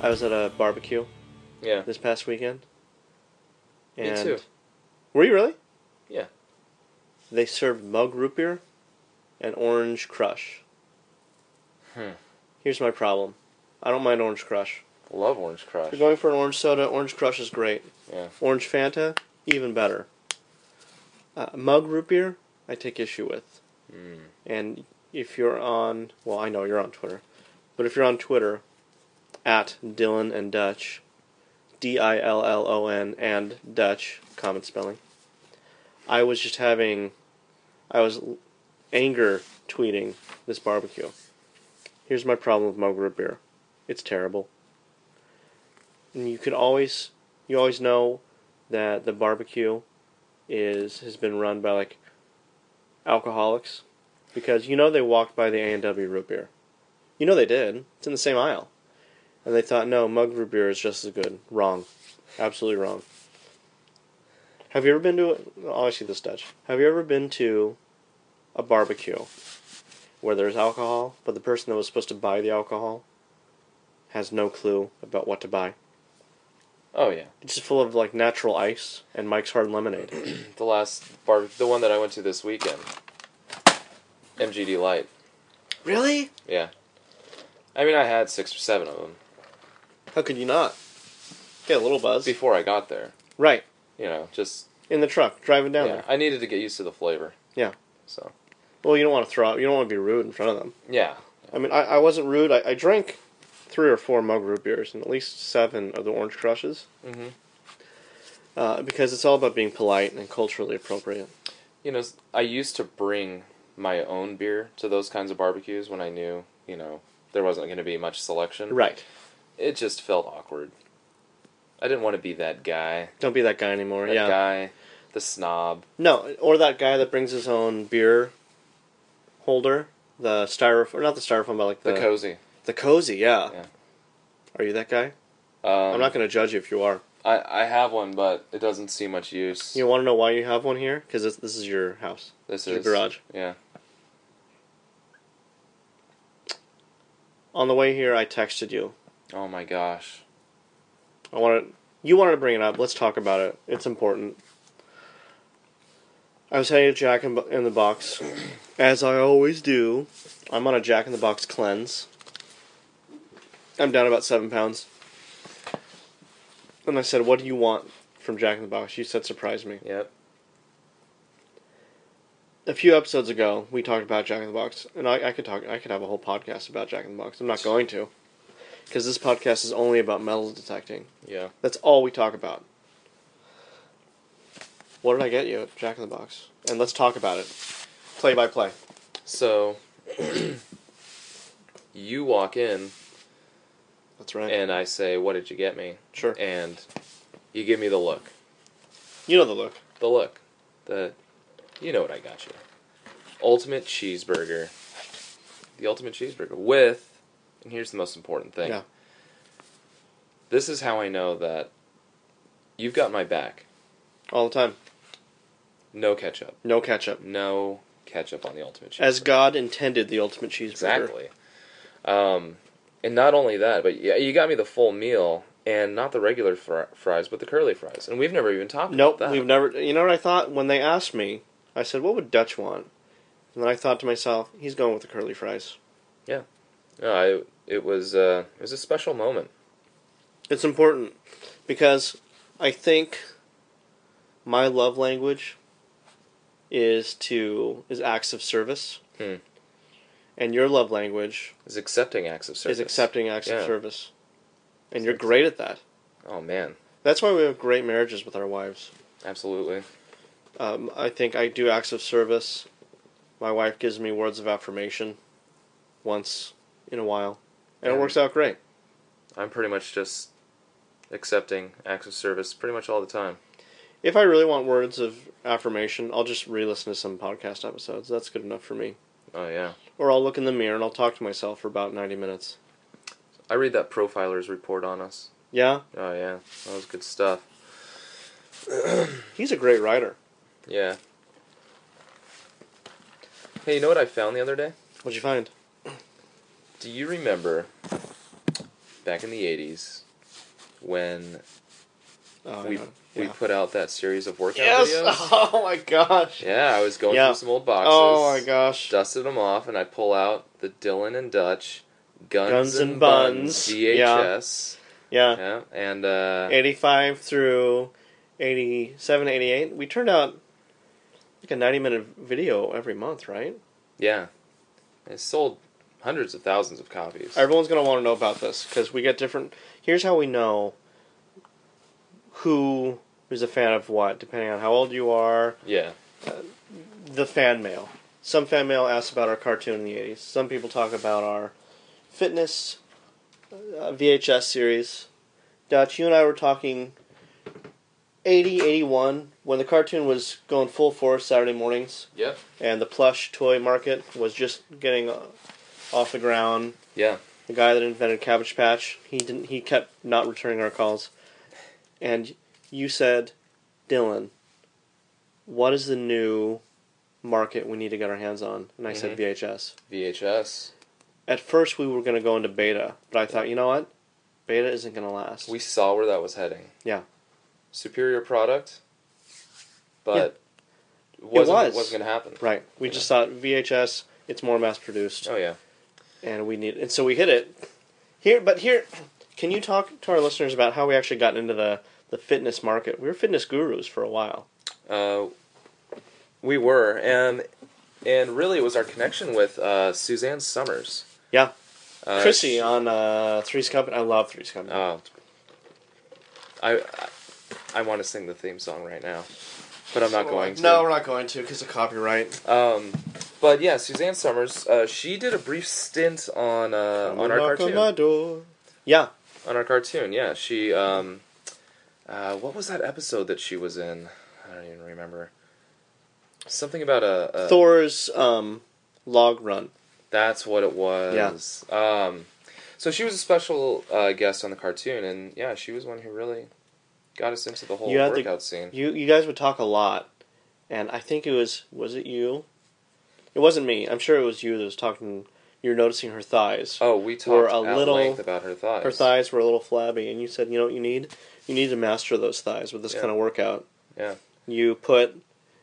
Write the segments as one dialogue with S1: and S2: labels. S1: I was at a barbecue
S2: Yeah.
S1: this past weekend.
S2: Me too.
S1: Were you really?
S2: Yeah.
S1: They served mug root beer and orange crush.
S2: Hmm.
S1: Here's my problem. I don't mind orange crush.
S2: Love Orange Crush.
S1: If you're going for an orange soda, orange crush is great.
S2: Yeah.
S1: Orange Fanta, even better. Uh, mug root beer, I take issue with.
S2: Mm.
S1: And if you're on, well, I know you're on Twitter, but if you're on Twitter, at Dylan and Dutch, D I L L O N and Dutch, common spelling, I was just having, I was l- anger tweeting this barbecue. Here's my problem with mug root beer it's terrible. And you could always, you always know that the barbecue is has been run by like alcoholics because you know they walked by the A and W root beer. You know they did. It's in the same aisle, and they thought, no, mug root beer is just as good. Wrong, absolutely wrong. Have you ever been to? A, oh, I see this Dutch. Have you ever been to a barbecue where there's alcohol, but the person that was supposed to buy the alcohol has no clue about what to buy?
S2: Oh yeah.
S1: It's just full of like natural ice and Mike's Hard Lemonade.
S2: The last bar, the one that I went to this weekend. MGD Light.
S1: Really?
S2: Yeah. I mean, I had six or seven of them
S1: How could you not? Get a little buzz.
S2: before I got there.
S1: Right.
S2: You know, just
S1: In the truck, driving down
S2: yeah.
S1: there.
S2: I needed to get used to the flavor.
S1: Yeah.
S2: So
S1: Well, you don't want to throw out, you don't want to be rude in front of them.
S2: yeah,
S1: I mean, I, I wasn't rude. I, I drank three or four mug root beers and at least seven of the orange crushes
S2: Mhm.
S1: uh, because it's all about being polite and culturally appropriate.
S2: you know, s- I used to bring my own beer to those kinds of barbecues when I knew you know there wasn't going to be much selection.
S1: Right.
S2: It just felt awkward. I didn't want to be that guy.
S1: Don't be that guy anymore.
S2: That
S1: yeah.
S2: guy, the snob.
S1: No, or that guy that brings his own beer holder, the styrofoam, not the styrofoam, but like the
S2: The cozy.
S1: The cozy, yeah.
S2: Yeah.
S1: Are you that guy?
S2: Um,
S1: I'm not going to judge you if you are.
S2: I, I have one, but it doesn't see much use.
S1: You want to know why you have one here? Because this, this is your house.
S2: this
S1: your
S2: is
S1: garage.
S2: Yeah.
S1: On the way here, I texted you.
S2: Oh my gosh.
S1: I wanted you wanted to bring it up. Let's talk about it. It's important. I was heading to Jack in, in the Box, as I always do. I'm on a Jack in the Box cleanse. I'm down about seven pounds. And I said, "What do you want from Jack in the Box?" You said, "Surprise me."
S2: Yep.
S1: a few episodes ago, we talked about Jack in the Box, and I, I could talk. I could have a whole podcast about Jack in the Box. I'm not going to, because this podcast is only about metal detecting.
S2: Yeah.
S1: That's all we talk about. What did I get you at Jack in the Box? And let's talk about it, play by play.
S2: So you walk in
S1: That's right.
S2: and I say, "What did you get me?"
S1: sure.
S2: And you give me the look.
S1: you know the look.
S2: The look. The you know what I got you. Ultimate cheeseburger. The ultimate cheeseburger with and here's the most important thing.
S1: Yeah.
S2: This is how I know that you've got my back.
S1: All the time.
S2: No ketchup.
S1: No ketchup.
S2: No ketchup on the ultimate cheeseburger.
S1: As God intended the ultimate cheeseburger.
S2: Exactly. Um, and not only that, but yeah, you got me the full meal and not the regular fr- fries, but the curly fries. And we've never even talked
S1: Nope,
S2: about that.
S1: we've never. You know what I thought when they asked me? I said, "What would Dutch want?" And then I thought to myself, "He's going with the curly fries."
S2: No, I, it was uh, it was a special moment.
S1: It's important because I think my love language is to is acts of service,
S2: Hmm.
S1: and your love language
S2: It was accepting acts of service.
S1: is accepting acts of
S2: Yeah.
S1: service, and you're great at that.
S2: Oh man,
S1: That's why we have great marriages with our wives.
S2: absolutely.
S1: Um, I think I do acts of service. My wife gives me words of affirmation once in a while, and it
S2: Yeah.
S1: works out great.
S2: I'm pretty much just accepting acts of service pretty much all the time.
S1: If I really want words of affirmation, I'll just re-listen to some podcast episodes. That's good enough for me.
S2: Oh yeah,
S1: Or I'll look in the mirror and I'll talk to myself for about 90 minutes.
S2: I read that profiler's report on us.
S1: Yeah,
S2: Oh yeah, that was good stuff.
S1: he's a great writer.
S2: Yeah. Hey, you know what I found the other day?
S1: What'd you find?
S2: Do you remember back in the 80s when
S1: Oh, I
S2: Uh, we
S1: know.
S2: we
S1: Yeah.
S2: put out that series of workout
S1: Yes!
S2: videos.
S1: Oh my gosh.
S2: Yeah, I was going
S1: Yeah.
S2: through some old boxes.
S1: Oh my gosh.
S2: Dusted them off, and I pull out the Dylan and Dutch Guns,
S1: Guns
S2: and,
S1: and Buns.
S2: Buns VHS.
S1: Yeah.
S2: Yeah, and uh,
S1: 85 through 87, 88. We turned out like a 90 minute video every month, right?
S2: yeah, it sold hundreds of thousands of copies.
S1: Everyone's going to want to know about this because we get different. Here's how we know who is a fan of what, depending on how old you are.
S2: yeah,
S1: The fan mail. Some fan mail asks about our cartoon in the 80s. Some people talk about our fitness uh, VHS series. Dutch, you and I were talking 80, 81, when the cartoon was going full force Saturday mornings.
S2: yep,
S1: and the plush toy market was just getting uh, off the ground.
S2: yeah,
S1: The guy that invented Cabbage Patch, he didn't. He kept not returning our calls, and you said, "Dylan, what is the new market we need to get our hands on?" And I
S2: Mm-hmm.
S1: said VHS.
S2: VHS.
S1: At first, we were going to go into beta, but I thought, you know what, beta isn't going to last.
S2: We saw where that was heading.
S1: Yeah.
S2: superior product, but wasn't
S1: was.
S2: wasn't gonna happen.
S1: right. We
S2: Yeah.
S1: just thought VHS. It's more mass produced.
S2: Oh yeah,
S1: and we need and so we hit it here but here can you talk to our listeners about how we actually got into the the fitness market we were fitness gurus for a while
S2: uh, we were, and and really it was our connection with uh, Suzanne Summers.
S1: yeah
S2: Uh,
S1: chrissy
S2: she-
S1: on uh three's company i love three's company
S2: Oh. I I, I want to sing the theme song right now, but I'm not going to.
S1: no we're not going to because of copyright
S2: Um, but yeah, Suzanne Summers. Uh, she did a brief stint on uh, on our
S1: Knock
S2: cartoon.
S1: my door. yeah
S2: on our cartoon. Yeah, she. Um, uh, what was that episode that she was in? I don't even remember. Something about a, a
S1: thor's um log run
S2: That's what it was. Um, so she was a special uh, guest on the cartoon, and yeah, she was one who really got us into the whole
S1: You had the-
S2: workout scene.
S1: you you guys would talk a lot and i think it was was it you it wasn't me i'm sure it was you that was talking you're noticing her thighs
S2: Oh, we talked
S1: were a
S2: at
S1: little-
S2: length about her thighs.
S1: her thighs were a little flabby and you said you know what you need you need to master those thighs with this
S2: Yeah.
S1: kind of workout
S2: Yeah.
S1: you put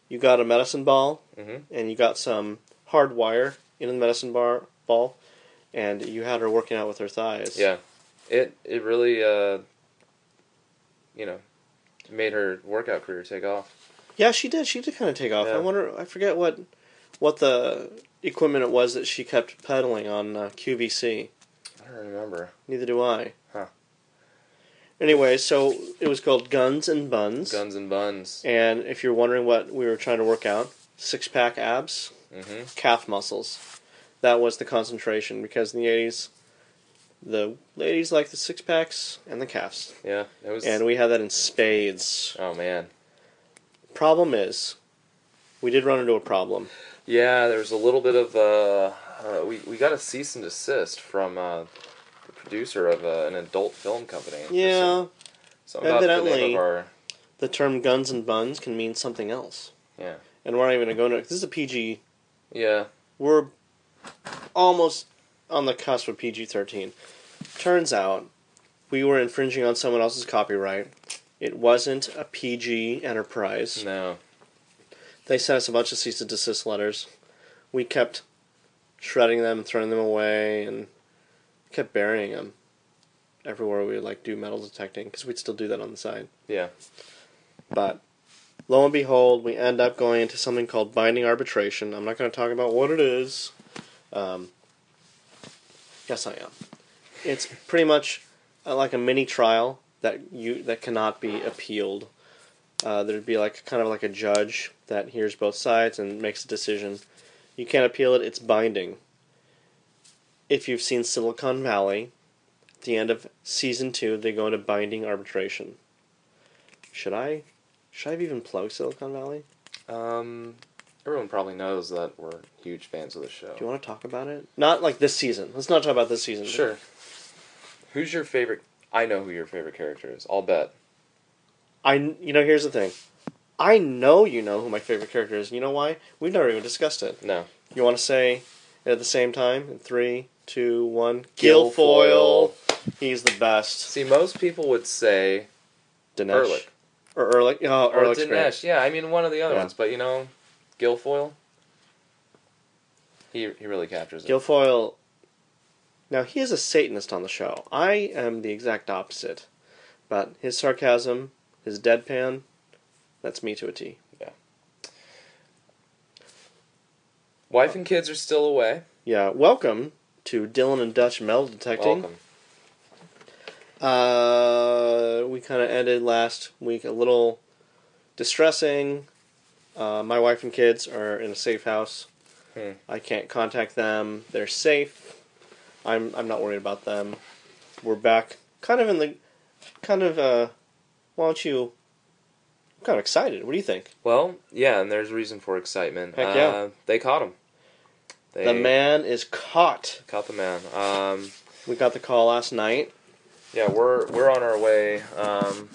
S1: you got a medicine ball
S2: hmm
S1: and you got some hard wire in the medicine bar ball and you had her working out with her thighs
S2: Yeah, it it really uh, you know made her workout career take off.
S1: yeah she did she did kind of take off
S2: Yeah.
S1: i wonder i forget what what the equipment it was that she kept pedaling on uh, qvc
S2: I don't remember.
S1: neither do i
S2: Huh.
S1: anyway so it was called guns and buns
S2: Guns and buns.
S1: and if you're wondering what we were trying to work out six pack abs
S2: hmm
S1: calf muscles. That was the concentration because in the 80s, the ladies liked the six packs and the calves.
S2: Yeah, it was.
S1: And we had that in spades.
S2: oh man.
S1: Problem is, we did run into a problem.
S2: Yeah, there was a little bit of uh, uh we we got a cease and desist from uh, the producer of uh, an adult film company. for
S1: Yeah,
S2: some, something about the name
S1: evidently.
S2: of our
S1: the term guns and buns can mean something else.
S2: yeah
S1: And we're not even going to go into This is a PG.
S2: yeah
S1: We're almost on the cusp of PG 13. Turns out, we were infringing on someone else's copyright. It wasn't a PG enterprise.
S2: no
S1: They sent us a bunch of cease and desist letters. We kept shredding them, and throwing them away, and kept burying them everywhere we would like do metal detecting because we'd still do that on the side.
S2: yeah
S1: But lo and behold, we end up going into something called binding arbitration. I'm not going to talk about what it is. Um, yes, I am. It's pretty much uh, like a mini trial that you that cannot be appealed. Uh, there'd be like kind of like a judge that hears both sides and makes a decision. You can't appeal it; it's binding. If you've seen Silicon Valley, at the end of season two, they go into binding arbitration. Should I? Should I have even plugged Silicon Valley?
S2: um everyone probably knows that we're huge fans of the show
S1: Do you want to talk about it? Not like this season. Let's not talk about this season.
S2: sure who's your favorite I know who your favorite character is I'll bet
S1: I. You know, here's the thing. I know you know who my favorite character is. You know why? We've never even discussed it.
S2: no
S1: You want to say it at the same time? In three, two, one.
S2: Guilfoyle.
S1: Guilfoyle. He's the best.
S2: See, most people would say
S1: Dinesh.
S2: Ehrlich
S1: Or Ehrlich. Oh,
S2: or
S1: Ehrlich's
S2: Dinesh.
S1: great.
S2: Yeah, I mean one of the other
S1: Yeah.
S2: ones, but you know, Guilfoyle. He he really captures it.
S1: Guilfoyle. Now, he is a Satanist on the show. I am the exact opposite. But his sarcasm, his deadpan, that's me to a T.
S2: Wife and kids are still away.
S1: Yeah, welcome to Dylan and Dutch Metal Detecting.
S2: Welcome.
S1: Uh, we kind of ended last week a little distressing. Uh, my wife and kids are in a safe house.
S2: Hmm.
S1: I can't contact them. They're safe. I'm I'm not worried about them. We're back, kind of in the, kind of. Uh, why don't you? I'm kind of excited. What do you think?
S2: Well, yeah, and there's reason for excitement.
S1: Heck
S2: uh,
S1: yeah.
S2: They caught him. They
S1: The man is caught.
S2: caught the man. Um,
S1: We got the call last night.
S2: yeah, we're we're on our way. Um,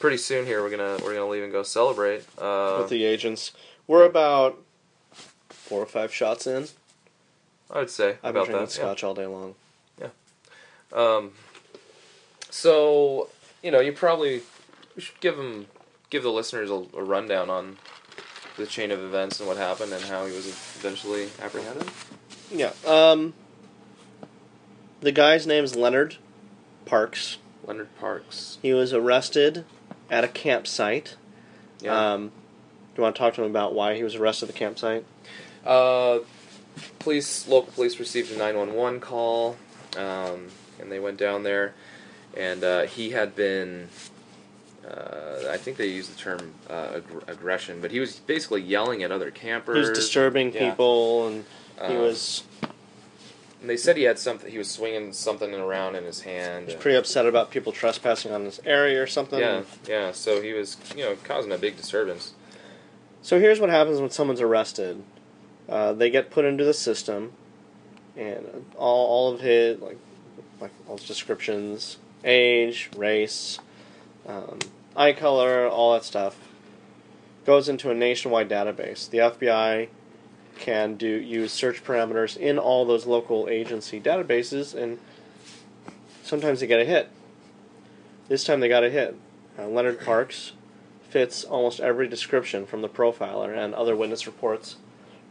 S2: pretty soon here, we're gonna we're gonna leave and go celebrate. Uh,
S1: with the agents. We're about four or five shots in.
S2: I would say
S1: I've been
S2: about
S1: drinking
S2: that. yeah.
S1: scotch all day long.
S2: Um, so you know, you probably we should give them give the listeners a, a rundown on the chain of events and what happened and how he was eventually apprehended.
S1: Yeah. Um. The guy's name's Leonard Parks.
S2: Leonard Parks.
S1: He was arrested at a campsite.
S2: Yeah.
S1: Um, do you want to talk to him about why he was arrested at the campsite?
S2: Uh, police local police received a nine one one call, um, and they went down there, and uh, he had been. Uh, I think they used the term uh, aggr- aggression, but he was basically yelling at other campers.
S1: He was disturbing
S2: Yeah.
S1: people, and he
S2: Um,
S1: was,
S2: And they said he had something. He was swinging something around in his hand.
S1: was
S2: and-
S1: pretty upset about people trespassing on his area or something.
S2: yeah, yeah. So he was, you know, causing a big disturbance.
S1: So here's what happens when someone's arrested. Uh, they get put into the system, and all, all of his like like all his descriptions, age, race, um, eye color, all that stuff, goes into a nationwide database. The FBI can do use search parameters in all those local agency databases, and sometimes they get a hit. This time they got a hit. Uh, Leonard Parks fits almost every description from the profiler and other witness reports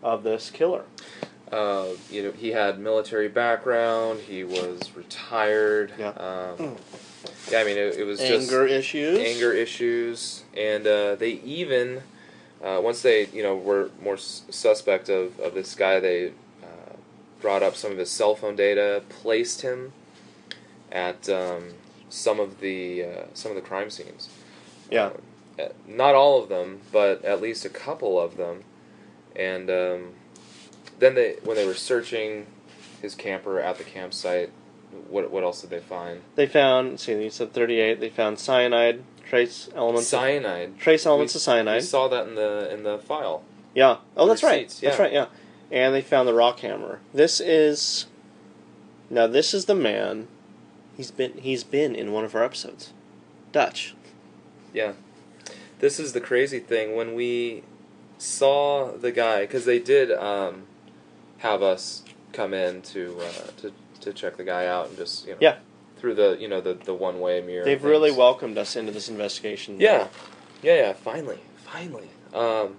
S1: of this killer.
S2: Uh, you know, he had military background. He was retired.
S1: Yeah. Mm.
S2: Um, yeah. I mean, it, it was just
S1: Anger issues.
S2: anger issues, and uh, they even uh, once they you know were more s- suspect of, of this guy, they uh, brought up some of his cell phone data, placed him at um, some of the uh, some of the crime scenes.
S1: Yeah.
S2: Uh, not all of them, but at least a couple of them, and um, then they when they were searching his camper at the campsite. What, what else did they find?
S1: They found, let's see, you said 38, they found cyanide, trace elements. of-
S2: Cyanide.
S1: Trace elements
S2: We-
S1: of cyanide.
S2: We saw that in the in the file.
S1: Yeah. Oh, that's right.
S2: Receipts,
S1: That's
S2: yeah.
S1: right. Yeah. And they found the rock hammer. This is now. This is the man. He's been. He's been in one of our episodes. Dutch.
S2: Yeah, this is the crazy thing when we saw the guy because they did um, have us come in to uh, to to check the guy out and just you know
S1: Yeah.
S2: through the you know the the one way mirror.
S1: They've
S2: things.
S1: really welcomed us into this investigation.
S2: Yeah, yeah, yeah. Finally, finally. Um,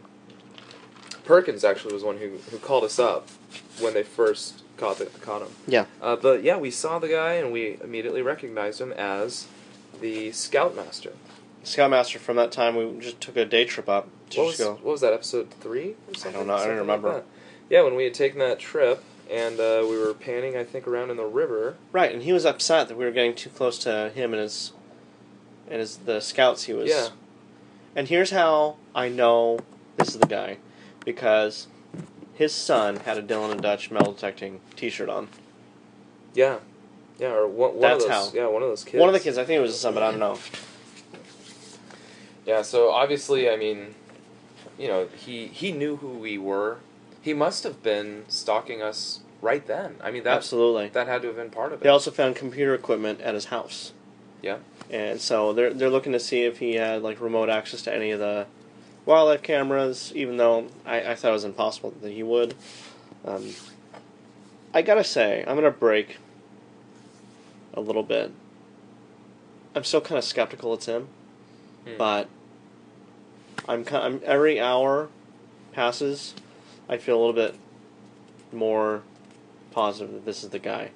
S2: Perkins actually was one who who called us up when they first caught the, caught him.
S1: Yeah.
S2: Uh, but yeah, we saw the guy and we immediately recognized him as the Scoutmaster.
S1: Scoutmaster. From that time, we just took a day trip up to
S2: What was,
S1: Chicago.
S2: what was that episode three? Or something,
S1: know, I don't
S2: Something like
S1: remember.
S2: that. yeah, when we had taken that trip and uh, we were panning, I think, around in the river.
S1: Right, and he was upset that we were getting too close to him and his and his the scouts he was.
S2: Yeah.
S1: And here's how I know this is the guy, because his son had a Dylan and Dutch metal detecting T-shirt on.
S2: Yeah, yeah, or one, one
S1: That's
S2: of those.
S1: how.
S2: Yeah, one of those kids.
S1: One of the kids, I think it was his son, but I don't know.
S2: Yeah, so obviously, I mean, you know, he he knew who we were. He must have been stalking us right then. I mean, that
S1: Absolutely.
S2: that had to have been part of it.
S1: They also found computer equipment at his house,
S2: Yeah,
S1: and so they're they're looking to see if he had like remote access to any of the wildlife cameras. Even though I, I thought it was impossible that he would. Um, I gotta say, I'm gonna break a little bit. I'm still kind of skeptical it's him,
S2: Hmm.
S1: but I'm kind. I'm, every hour passes, I feel a little bit more positive that this is the guy.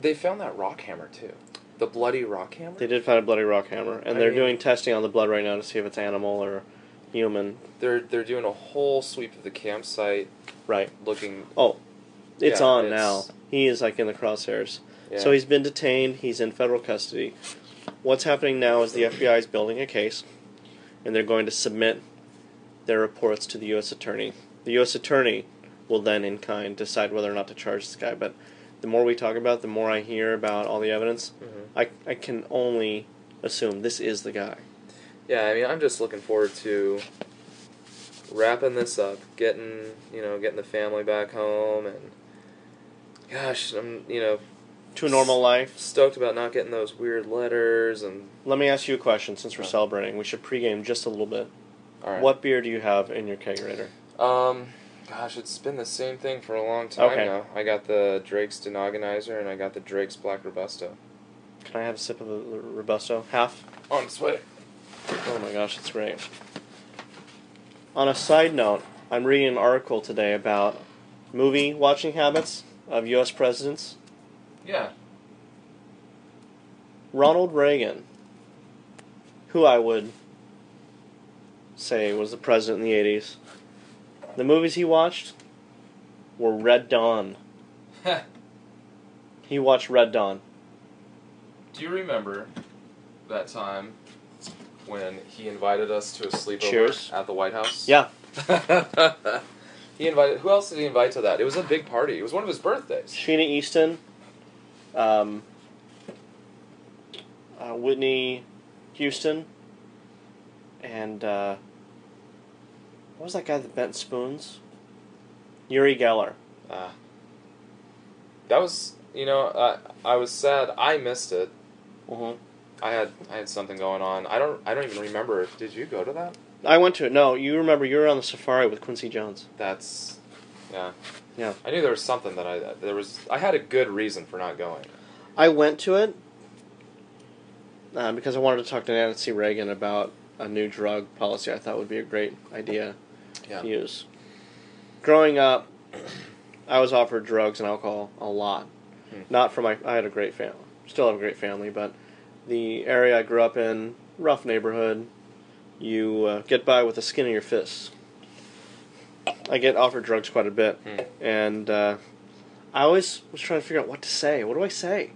S2: They found that rock hammer too. The bloody rock hammer.
S1: They did find a bloody rock hammer, and
S2: I
S1: they're
S2: mean-
S1: doing testing on the blood right now to see if it's animal or human.
S2: They're they're doing a whole sweep of the campsite,
S1: Right.
S2: looking.
S1: Oh, it's
S2: Yeah,
S1: on now.
S2: it's-
S1: He is like in the crosshairs.
S2: Yeah.
S1: So he's been detained. He's in federal custody. What's happening now is the FBI is building a case, and they're going to submit their reports to the U.S. attorney. The U.S. attorney will then, in kind, decide whether or not to charge this guy. But the more we talk about, it, the more I hear about all the evidence.
S2: Mhm.
S1: I I can only assume this is the guy.
S2: Yeah, I mean, I'm just looking forward to wrapping this up, getting you know, getting the family back home, and gosh, I'm you know
S1: To a normal life.
S2: stoked about not getting those weird letters and
S1: Let me ask you a question. Since we're
S2: Huh.
S1: celebrating, we should pregame just a little bit.
S2: all right.
S1: What beer do you have in your kegerator?
S2: Um, gosh, it's been the same thing for a long time
S1: Okay.
S2: now. I got the Drake's Denogonizer and I got the Drake's Black Robusto.
S1: Can I have a sip of a robusto? Half.
S2: On its way.
S1: Oh my gosh, it's great. On a side note, I'm reading an article today about movie watching habits of U.S. presidents.
S2: Yeah.
S1: Ronald Reagan, who I would say was the president in the 80s, the movies he watched were Red Dawn. He watched Red Dawn.
S2: Do you remember that time when he invited us to a sleepover
S1: Cheers.
S2: at the White House?
S1: Yeah,
S2: he invited. Who else did he invite to that? It was a big party. It was one of his birthdays.
S1: Sheena Easton, um, uh, Whitney Houston, and uh, what was that guy that bent spoons? Yuri Geller.
S2: Ah. that was. You know, uh, I was sad. I missed it.
S1: Mm-hmm.
S2: I had I had something going on. I don't I don't even remember. Did you go to that?
S1: I went to it. No, you remember you were on the safari with Quincy Jones.
S2: That's yeah.
S1: Yeah.
S2: I knew there was something that I there was I had a good reason for not going.
S1: I went to it uh, because I wanted to talk to Nancy Reagan about a new drug policy I thought would be a great idea.
S2: Yeah.
S1: use. Growing up, I was offered drugs and alcohol a lot.
S2: Hmm.
S1: Not from my. I had a great family. Still have a great family, but the area I grew up in, rough neighborhood, you uh, get by with the skin of your fists. I get offered drugs quite a bit,
S2: Hmm.
S1: and uh, I always was trying to figure out what to say. What do I say?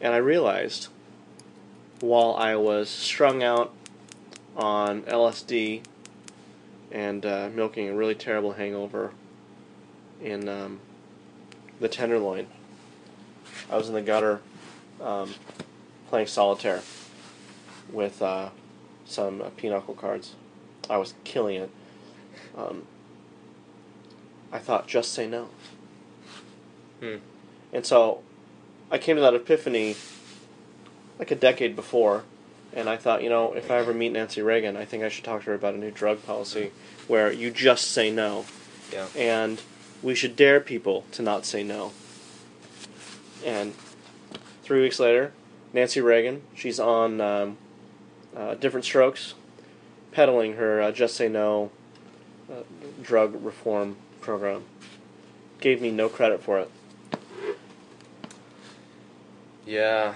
S1: And I realized while I was strung out on LSD and uh, milking a really terrible hangover in um, the tenderloin. I was in the gutter um, playing solitaire with uh, some uh, pinochle cards. I was killing it. Um, I thought, just say no.
S2: Hmm.
S1: And so I came to that epiphany like a decade before, and I thought, you know, if I ever meet Nancy Reagan, I think I should talk to her about a new drug policy where you just say no,
S2: Yeah.
S1: and we should dare people to not say no. And three weeks later, Nancy Reagan, she's on um, uh, Different Strokes, peddling her uh, Just Say No uh, drug reform program. Gave me no credit for it.
S2: Yeah.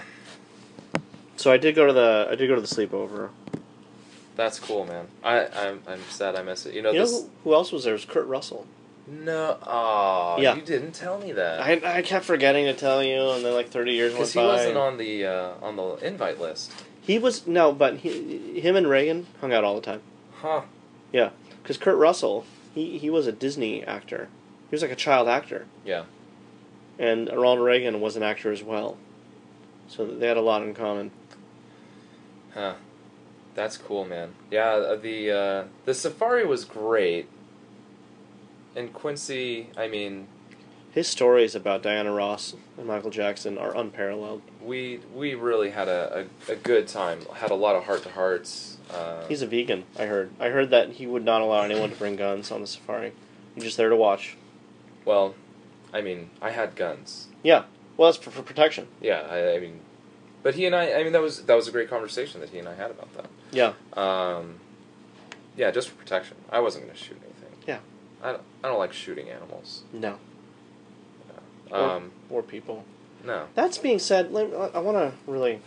S1: So I did go to the I did go to the sleepover.
S2: That's cool, man. I I'm, I'm sad I missed it. You know
S1: you know
S2: this
S1: who, who else was there? It was Kurt Russell.
S2: No. Oh,
S1: Yeah.
S2: you didn't tell me that.
S1: I, I kept forgetting to tell you, and then like thirty years went
S2: because he
S1: by.
S2: wasn't on the uh, on the invite list,
S1: He was no, but he, him and Reagan hung out all the time.
S2: huh?
S1: Yeah, because Kurt Russell, he he was a Disney actor. He was like a child actor,
S2: Yeah,
S1: and Ronald Reagan was an actor as well. So they had a lot in common.
S2: huh? That's cool, man. Yeah, uh, the uh, the safari was great, and Quincy. I mean,
S1: His stories about Diana Ross and Michael Jackson are unparalleled.
S2: we we really had a, a, a good time. Had a lot of heart to hearts. Uh,
S1: He's a vegan. I heard. I heard that he would not allow anyone to bring guns on the safari. You're just there to watch.
S2: well, I mean, I had guns.
S1: Yeah, Well, that's for, for protection.
S2: Yeah, I, I mean, but he and I, I mean, that was that was a great conversation that he and I had about that.
S1: Yeah.
S2: Um, yeah, just for protection. I wasn't going to shoot anything.
S1: Yeah.
S2: I don't, I don't like shooting animals.
S1: No.
S2: Um,
S1: Or people.
S2: no.
S1: That's being said, let, I want to really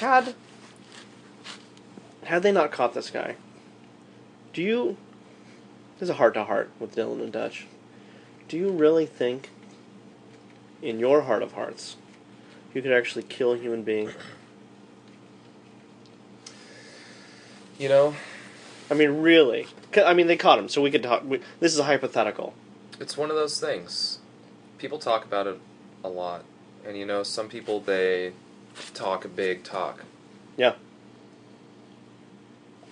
S1: had had they not caught this guy. Do you? There's a heart to heart with Dylan and Dutch. Do you really think, in your heart of hearts, you could actually kill a human being?
S2: You know,
S1: I mean, really? 'Cause- I mean, they caught him, so we could talk. We, this is a hypothetical.
S2: it's one of those things. People talk about it a lot, and you know, some people they talk a big talk,
S1: Yeah.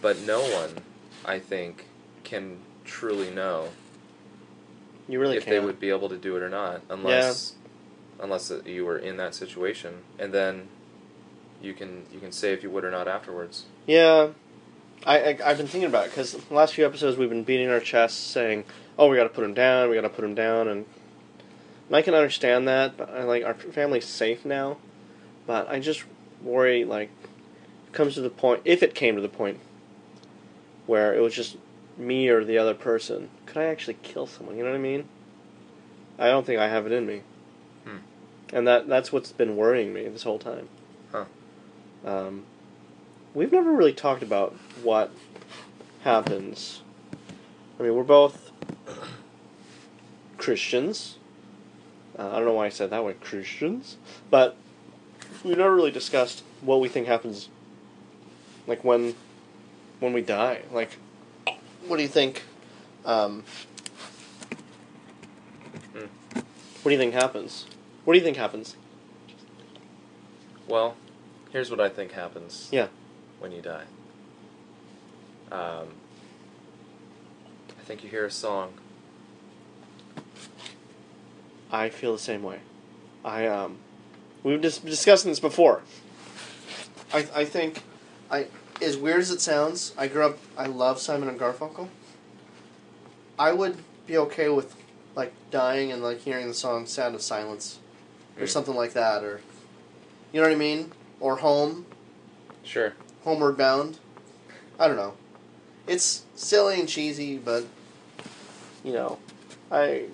S2: but no one, I think, can truly know
S1: You really
S2: if
S1: can't.
S2: they would be able to do it or not, unless unless it- you were in that situation, and then you can you can say if you would or not afterwards.
S1: Yeah, I, I I've been thinking about it because the last few episodes we've been beating our chests, saying, "Oh, we got to put him down. We got to put him down," and, and I can understand that. But I, like our family's safe now, but I just worry like it comes to the point if it came to the point where it was just me or the other person, could I actually kill someone? You know what I mean? I don't think I have it in me,
S2: Hmm.
S1: and that that's what's been worrying me this whole time.
S2: Huh.
S1: Um, we've never really talked about what happens. I mean, we're both Christians. Uh, I don't know why I said that way, Christians, but we never really discussed what we think happens, like when, when we die. Like, what do you think? Um,
S2: Hmm.
S1: What do you think happens? What do you think happens?
S2: Well, here's what I think happens.
S1: Yeah.
S2: When you die. Um, I think you hear a song.
S1: I feel the same way. I um, we've dis- discussed this before. I I think, I as weird as it sounds, I grew up. I love Simon and Garfunkel. I would be okay with like dying and like hearing the song "Sound of Silence" or
S2: Mm.
S1: something like that, or you know what I mean, or "Home,"
S2: Sure.
S1: "Homeward Bound." I don't know. It's silly and cheesy, but you know, I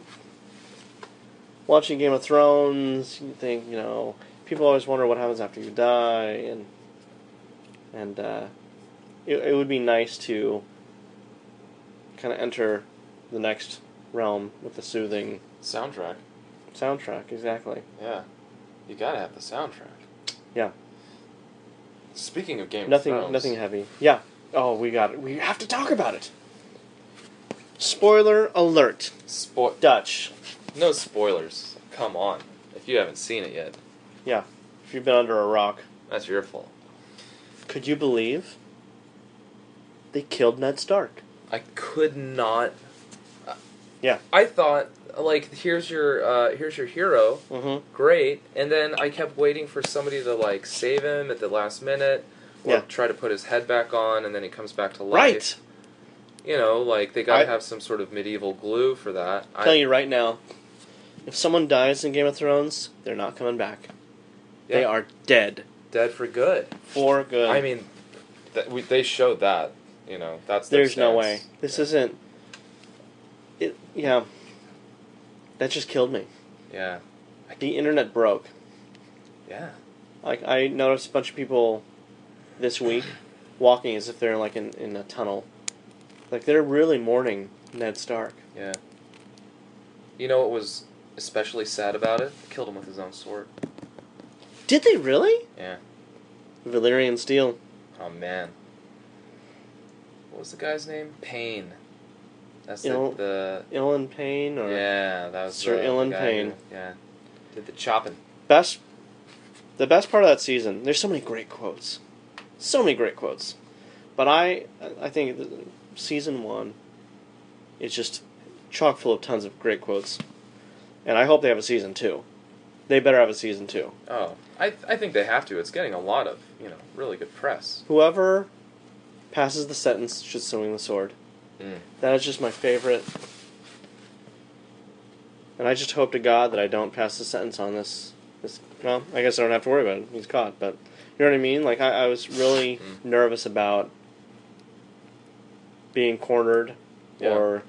S1: watching Game of Thrones, you think, you know, people always wonder what happens after you die, and and uh, it, it would be nice to kind of enter the next realm with a soothing
S2: Soundtrack.
S1: soundtrack. Exactly.
S2: Yeah. You gotta have the soundtrack.
S1: Yeah.
S2: Speaking of Game
S1: nothing,
S2: of Thrones.
S1: nothing heavy. Yeah. Oh, we got it. We have to talk about it. Spoiler alert,
S2: Spo-
S1: Dutch.
S2: no spoilers. Come on. If you haven't seen it yet,
S1: Yeah. If you've been under a rock,
S2: that's your fault.
S1: could you believe they killed Ned Stark?
S2: I could not.
S1: Yeah.
S2: I thought like here's your uh, here's your hero,
S1: Mm-hmm.
S2: great, and then I kept waiting for somebody to like save him at the last minute or
S1: Yeah.
S2: try to put his head back on, and then he comes back to life.
S1: Right.
S2: You know, like they gotta
S1: I-
S2: have some sort of medieval glue for that.
S1: Tell you right now, if someone dies in Game of Thrones, they're not coming back. They
S2: Yeah.
S1: are dead
S2: dead for good.
S1: for good.
S2: I mean, th- we, they showed that. You know, that's their
S1: there's no
S2: stance.
S1: way. This
S2: Yeah.
S1: isn't. It. Yeah. That just killed me.
S2: Yeah,
S1: The internet broke.
S2: yeah.
S1: Like I noticed a bunch of people this week walking as if they're like in, in a tunnel. Like they're really mourning Ned Stark.
S2: Yeah. You know what was especially sad about it? Killed him with his own sword.
S1: Did they really?
S2: Yeah.
S1: Valyrian steel.
S2: Oh man. What was the guy's name? Payne. That's
S1: You
S2: the,
S1: know-
S2: the
S1: Ilan Payne or
S2: yeah. That was
S1: Sir
S2: the,
S1: Ilan
S2: the guy
S1: Payne.
S2: who- yeah. Did the chopping.
S1: best the best part of that season there's so many great quotes so many great quotes but i i think th- season one is just chock full of tons of great quotes and i hope they have a season two they better have a season two
S2: Oh, I I think they have to. It's getting a lot of you know really good press.
S1: whoever passes the sentence should swing the sword
S2: Mm.
S1: that is just my favorite and i just hope to god that i don't pass the sentence on this It's, well, I guess I don't have to worry about it. He's caught, but you know what I mean. Like I, I was really
S2: Mm-hmm.
S1: nervous about being cornered
S2: Yeah.
S1: or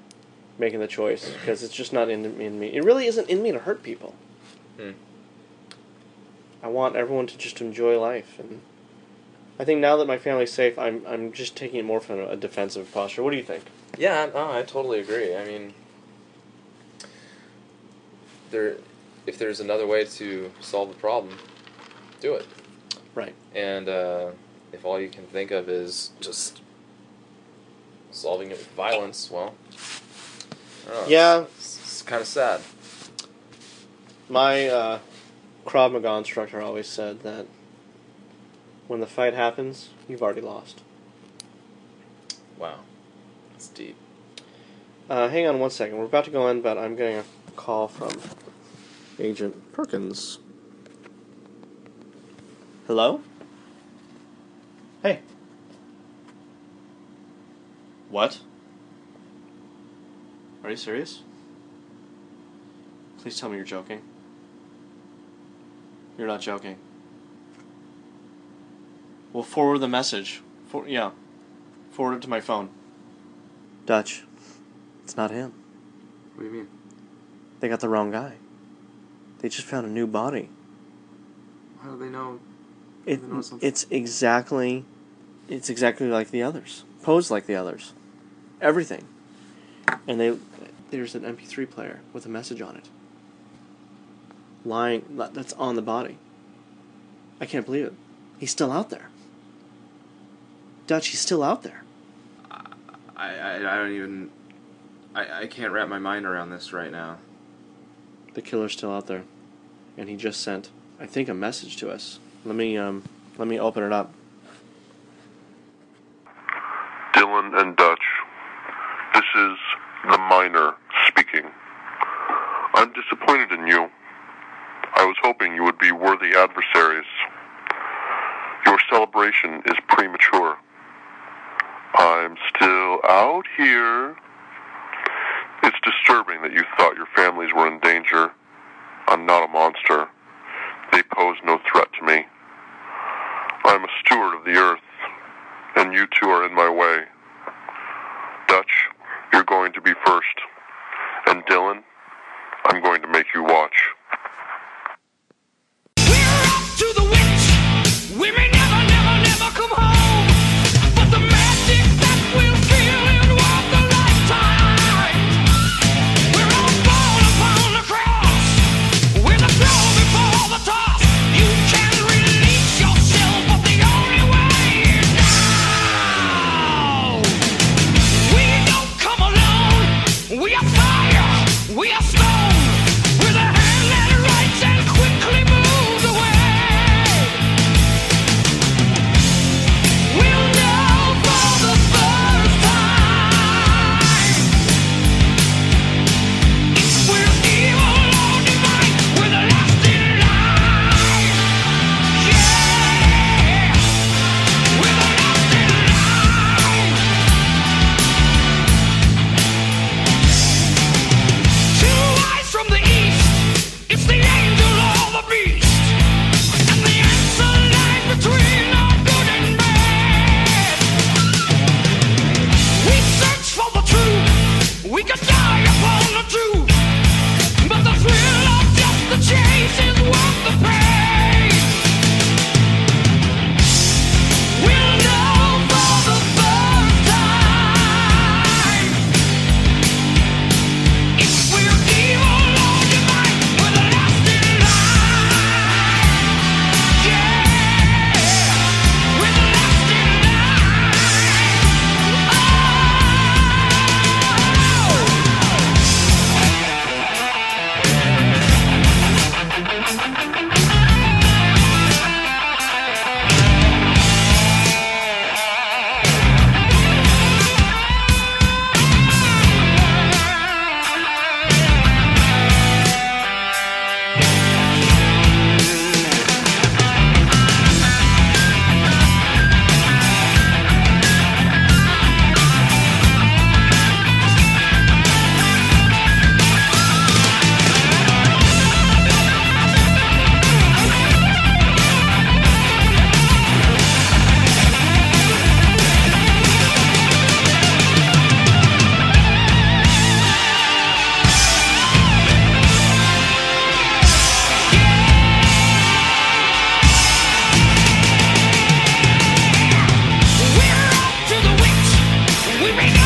S1: making the choice because it's just not in, in me. It really isn't in me to hurt people.
S2: Hmm.
S1: I want everyone to just enjoy life, and I think now that my family's safe, I'm I'm just taking it more from a defensive posture. What do you think?
S2: Yeah, I- no, I totally agree. I mean, there, if there's another way to solve the problem, do it.
S1: Right.
S2: And uh, if all you can think of is just solving it with violence, well, I don't know,
S1: Yeah.
S2: it's, Oh, it's, kind of sad.
S1: My uh, Krav Maga instructor always said that when the fight happens, you've already lost.
S2: Wow, it's deep.
S1: Uh, hang on one second. We're about to go in, but I'm getting a call from Agent Perkins. Hello? Hey. What? Are you serious? Please tell me you're joking. You're not joking. We'll forward the message. For yeah. Forward it to my phone. Dutch. It's not him.
S2: What do you mean?
S1: They got the wrong guy. They just found a new body.
S2: How do they know?
S1: It,
S2: Even though it's not-
S1: it's exactly it's exactly like the others. Posed like the others. Everything. And they there's an MP3 player with a message on it. Lying that- that's on the body. I can't believe it. He's still out there. Dutch, he's still out there.
S2: I, I, I don't even. I, I can't wrap my mind around this right now.
S1: The killer's still out there, and he just sent, I think, a message to us. Let me um, let me open it up.
S3: Dylan and Dutch. This is the Miner speaking. I'm disappointed in you. I was hoping you would be worthy adversaries. Your celebration is premature. I'm still out here. It's disturbing that you thought your families were in danger. I'm not a monster. They pose no threat to me. I'm a steward of the earth and you two are in my way. Dutch, you're going to be first. And Dylan, I'm going to make you watch.
S4: We're off to the witch. We may never, never, never come home, but the magic that we'll feel is worth a lifetime. We're all born upon the cross, with a throw before the toss. You can release yourself, but the only way is now. We don't come alone. We are fire. We are stone. We're the hand Oh, we may